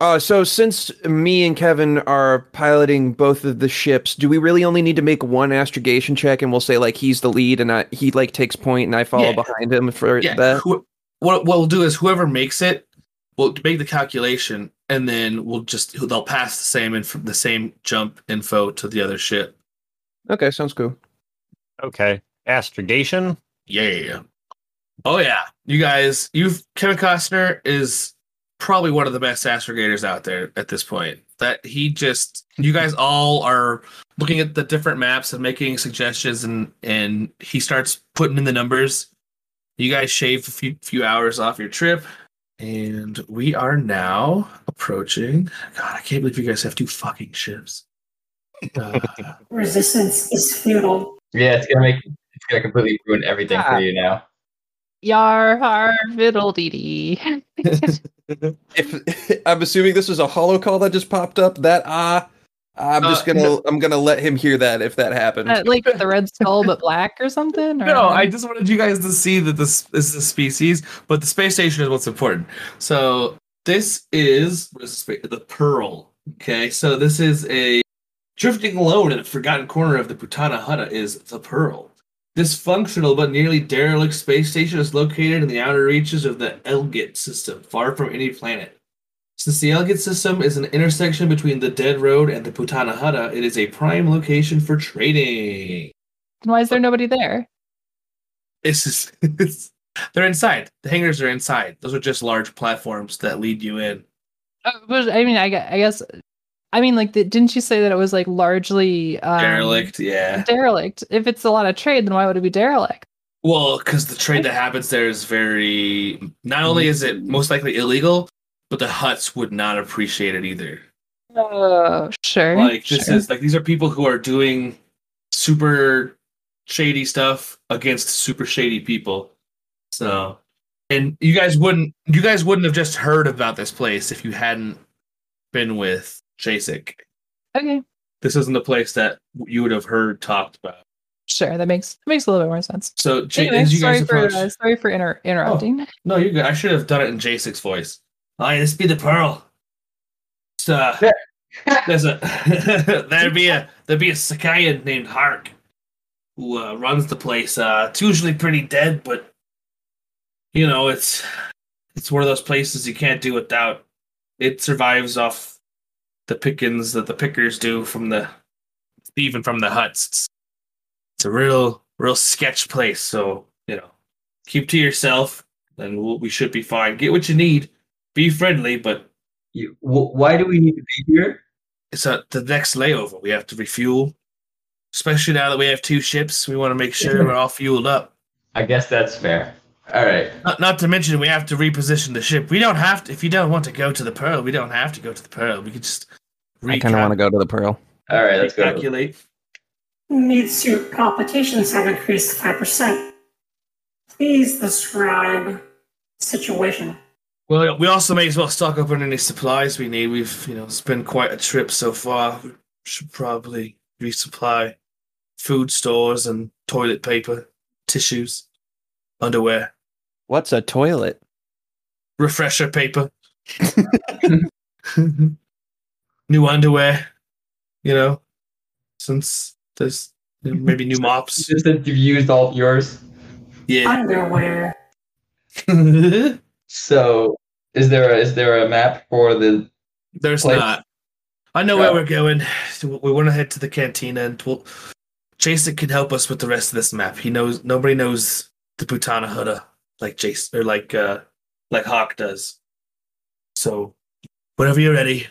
E: Uh, so since me and Kevin are piloting both of the ships, do we really only need to make one astrogation check, and we'll say like he's the lead, and I, he like takes point, and I follow
B: Yeah.
E: behind him for
B: Yeah.
E: that?
B: who- what what we'll do is whoever makes it, will make the calculation, and then we'll just they'll pass the same inf- the same jump info to the other ship.
E: Okay, sounds cool.
D: Okay. Astrogation.
B: Yeah. Oh yeah, you guys, you've Kevin Costner is probably one of the best astrogators out there at this point. That he just you guys all are looking at the different maps and making suggestions and and he starts putting in the numbers. You guys shave a few, few hours off your trip and we are now approaching God, I can't believe you guys have two fucking ships. Uh,
J: Resistance is futile.
H: Yeah, it's gonna make it's gonna completely ruin everything
F: Ah.
H: for you now.
F: Yar har fiddle dee dee.
E: If I'm assuming this is a hollow call that just popped up, that ah, I'm just
F: Uh,
E: gonna I'm gonna let him hear that if that happened.
F: Uh, like the red skull but black or something? Or
B: No, I just wanted you guys to see that this, this is a species, but the space station is what's important. So this is what is the spa- the Pearl. Okay, so this is a drifting alone in a forgotten corner of the Putana Hutta is the Pearl. This functional but nearly derelict space station is located in the outer reaches of the Elgit system, far from any planet. Since the Elgit system is an intersection between the Dead Road and the Putana Hutta, it is a prime location for trading.
F: Then why is there nobody there?
B: It's just it's, they're inside. The hangars are inside. Those are just large platforms that lead you in.
F: Uh, but, I mean, I, gue- I guess, I mean, like, the, didn't you say that it was like largely um,
B: derelict, yeah.
F: derelict? If it's a lot of trade, then why would it be derelict?
B: Well, because the trade that happens there is very. Not only is it most likely illegal, but the huts would not appreciate it either.
F: Oh, sure.
B: Like this is like these are people who are doing super shady stuff against super shady people. So, and you guys wouldn't you guys wouldn't have just heard about this place if you hadn't been with Jasek.
F: Okay.
B: This isn't a place that you would have heard talked about.
F: Sure, that makes that makes a little bit more sense.
B: So, J-
F: Anyway,
B: as you
F: sorry,
B: guys
F: for,
B: approach,
F: uh, sorry for inter- interrupting.
B: no, you. go- I should have done it in Jasek's voice. Aye, this be the pearl. It's, uh, there's a there'd be a there'd be a Sakayan named Hark who uh, runs the place. Uh, it's usually pretty dead, but you know it's it's one of those places you can't do without. It survives off the pickings that the pickers do from the even from the huts. It's, it's a real real sketch place, so you know keep to yourself, and we'll, we should be fine. Get what you need. Be friendly, but
H: you, wh- why do we need to be here?
B: It's at the next layover. We have to refuel, especially now that we have two ships. We want to make sure we're all fueled up.
H: I guess that's fair. All right.
B: Not, not to mention we have to reposition the ship. We don't have to. If you don't want to go to the Pearl, we don't have to go to the Pearl. We could just
E: I kind of want to go to the Pearl.
H: All right, let's go.
B: recalculate.
J: Needs to palpitations have increased five percent. Please describe situation.
B: Well, we also may as well stock up on any supplies we need. We've, you know, it's been quite a trip so far. We should probably resupply food stores and toilet paper, tissues, underwear,
E: What's a toilet?
B: refresher paper, new underwear, you know, since there's maybe new mops.
H: Just that you've used all of yours.
B: Yeah.
J: Underwear.
H: So, is there a, is there a map for the?
B: There's
H: place?
B: not. I know where we're going. So We want to head to the cantina, and we'll... Jason can help us with the rest of this map. He knows nobody knows the Putana Huda like Jason or like uh like Hawk does. So, whenever you're ready,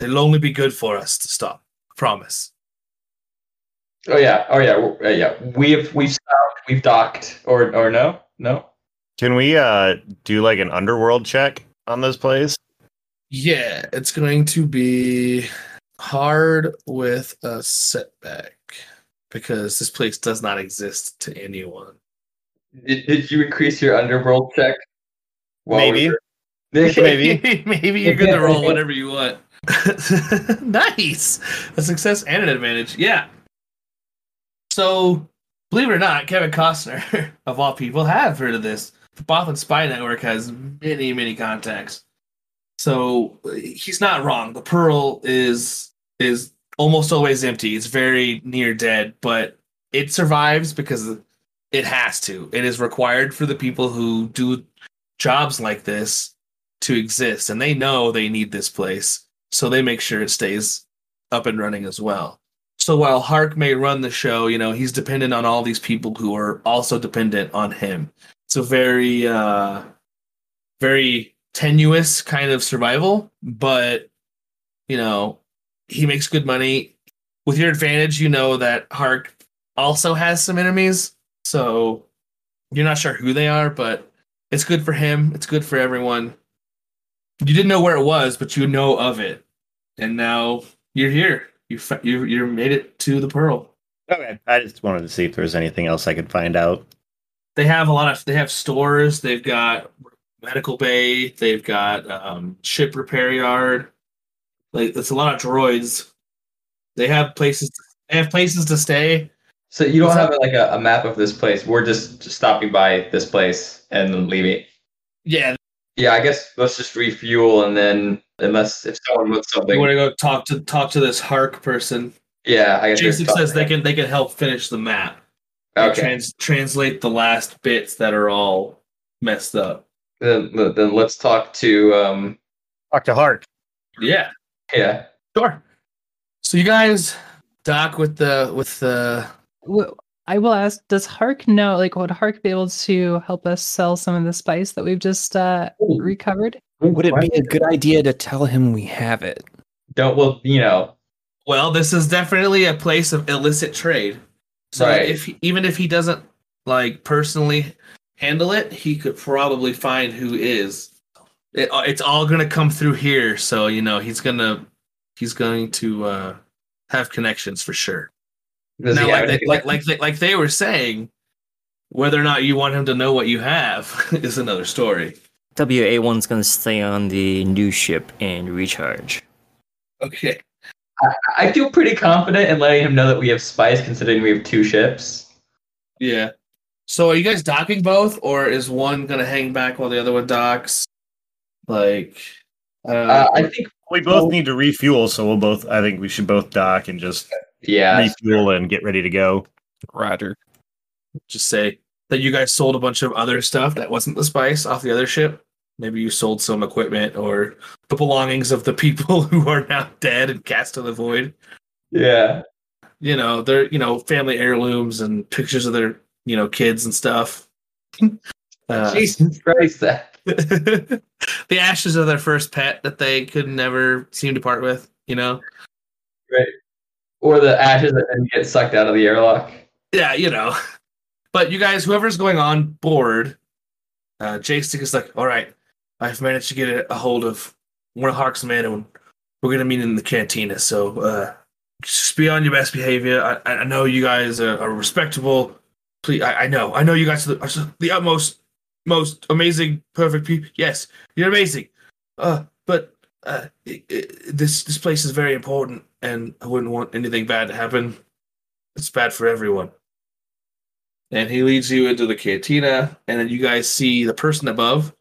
B: it'll only be good for us to stop. Promise.
H: Oh yeah, oh yeah, w- uh, yeah. We've we've stopped, we've docked, or or no, no.
D: Can we uh do like an underworld check on this place?
B: Yeah, it's going to be hard with a setback because this place does not exist to anyone.
H: Did, did you increase your underworld check? while we
D: Maybe.
H: were-
D: Maybe.
B: Maybe you're good to roll whatever you want. nice. A success and an advantage. Yeah. So, believe it or not, Kevin Costner, of all people, have heard of this. The Bothan Spy Network has many, many contacts. So uh, he's not wrong. The Pearl is is almost always empty. It's very near dead, but it survives because it has to. It is required for the people who do jobs like this to exist and they know they need this place so they make sure it stays up and running as well so while hark may run the show you know he's dependent on all these people who are also dependent on him it's a very uh very tenuous kind of survival but you know he makes good money with your advantage you know that hark also has some enemies so you're not sure who they are but it's good for him it's good for everyone you didn't know where it was, but you know of it, and now you're here. You fa- you you made it to the Pearl.
D: Okay. Oh, I just wanted to see if there was anything else I could find out.
B: They have a lot of they have stores. They've got medical bay. They've got um, ship repair yard. Like it's a lot of droids. They have places. They have places to stay.
H: So you don't have like a, a map of this place. We're just, just stopping by this place and then leaving.
B: Yeah,
H: Yeah, I guess let's just refuel and then unless if someone wants
B: you
H: something.
B: want to go talk to talk to this Hark person.
H: yeah, I guess there's
B: Jason says
H: something.
B: they can they can help finish the map. They
H: Okay.
B: Trans- translate the last bits that are all messed up.
H: Then, then let's talk to um
D: talk to Hark.
B: Yeah.
H: Yeah.
B: Sure. So you guys dock with the with the Oh.
F: W- I will ask, does Hark know, like, would Hark be able to help us sell some of the spice that we've just uh, recovered?
E: Would it be a good idea to tell him we have it?
H: Don't well, you know.
B: well, this is definitely a place of illicit trade. So
H: Right.
B: if even if he doesn't like personally handle it, he could probably find who is. It, uh, it's all gonna come through here, so you know he's gonna he's going to uh, have connections for sure.
H: Does
B: now,
H: he
B: like
H: have
B: they,
H: any-
B: like like they, like they were saying, whether or not you want him to know what you have is another story.
G: WA1's gonna stay on the new ship and recharge.
B: Okay.
H: I feel pretty confident in letting him know that we have spies, considering we have two ships.
B: Yeah. So are you guys docking both, or is one gonna hang back while the other one docks? Like, I don't know.
H: Uh, I think
D: We both need to refuel, so we'll both. I think we should both dock and just
H: yeah.
D: refuel and get ready to go.
E: Roger.
B: just say that you guys sold a bunch of other stuff that wasn't the spice off the other ship. Maybe you sold some equipment or the belongings of the people who are now dead and cast to the void.
H: Yeah.
B: You know, they're you know family heirlooms and pictures of their you know kids and stuff. Uh,
H: Jesus Christ, that.
B: the ashes of their first pet that they could never seem to part with. You know,
H: Right. Or the ashes that then get sucked out of the airlock.
B: yeah, you know. But you guys, whoever's going on board, uh, Jake Stick is like, all right, I've managed to get a, a hold of one of Hawk's men, and we're gonna meet in the cantina. So uh, just be on your best behavior. I, I know you guys are, are respectable. Please, I, I know, I know you guys are the, are the utmost, most amazing, perfect people. Yes, you're amazing. Uh, but uh, i i this this place is very important, and I wouldn't want anything bad to happen. It's bad for everyone. And he leads you into the cantina, and then you guys see the person above,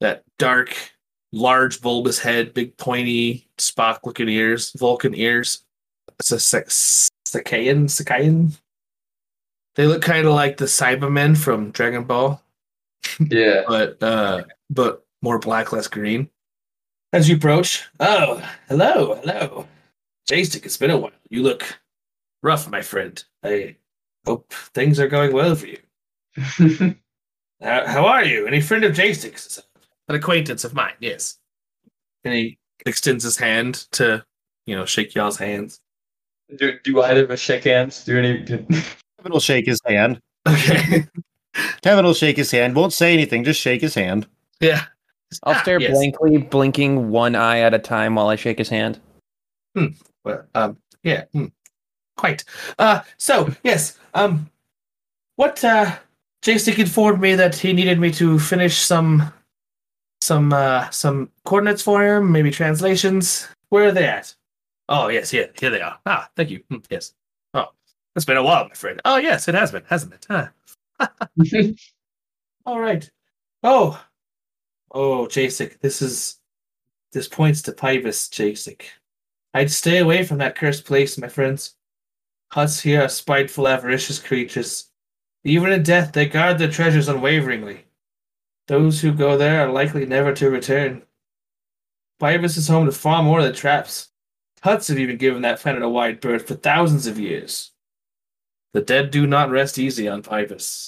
B: that dark, large, bulbous head, big, pointy, Spock-looking ears, Vulcan ears. It's a Sa- Sakayan, Sakayan. They look kind of like the Cybermen from Dragon Ball
H: Yeah.
B: but uh but more black less green as you approach oh hello hello jastic it's been a while you look rough my friend i hope things are going well for you how, how are you any friend of jastic's an acquaintance of mine yes and he extends his hand to you know shake y'all's hands
H: do, do either of us shake hands? Do any? do-
D: Kevin will shake his hand.
B: okay
D: Kevin will shake his hand. Won't say anything. Just shake his hand.
B: yeah
E: I'll
B: Ah,
E: stare
B: yes.
E: blankly, blinking one eye at a time while I shake his hand.
B: Well, um, yeah, hmm, quite. Uh, so yes, um, what uh, Jasek informed me that he needed me to finish some, some, uh, some coordinates for him, maybe translations. Where are they at? Oh yes, here, here they are. Ah, thank you. Hmm, yes. Oh, it's been a while, my friend. Oh yes, it has been, hasn't it? Ah. Huh. All right. Oh, oh, Jasek, this is, this points to Pybus, Jasek. I'd stay away from that cursed place, my friends. Huts here are spiteful, avaricious creatures. Even in death, they guard their treasures unwaveringly. Those who go there are likely never to return. Pybus is home to far more than traps. Huts have even given that planet a wide berth for thousands of years. The dead do not rest easy on Pybus.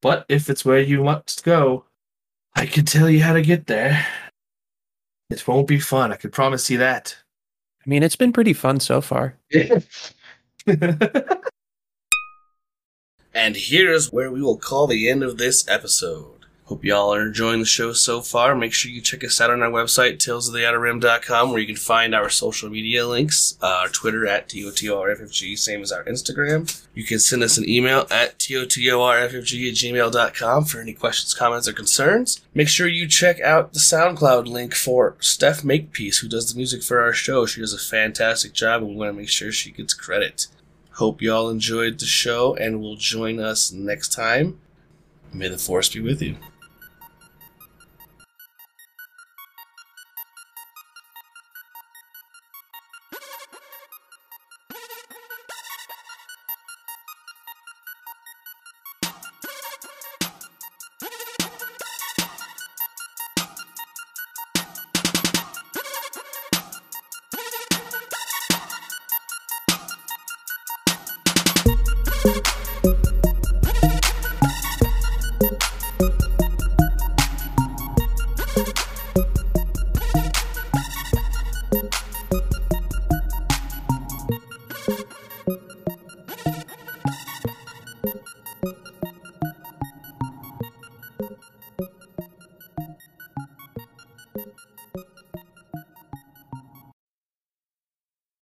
B: But if it's where you must go, I can tell you how to get there. It won't be fun, I can promise you that.
E: I mean, it's been pretty fun so far.
A: And here's where we will call the end of this episode. Hope y'all are enjoying the show so far. Make sure you check us out on our website, talesoftheouterrim.com, where you can find our social media links, uh, our Twitter at TOTORFFG, same as our Instagram. You can send us an email at TOTORFFG at gmail.com for any questions, comments, or concerns. Make sure you check out the SoundCloud link for Steph Makepeace, who does the music for our show. She does a fantastic job, and we want to make sure she gets credit. Hope y'all enjoyed the show and will join us next time. May the force be with you.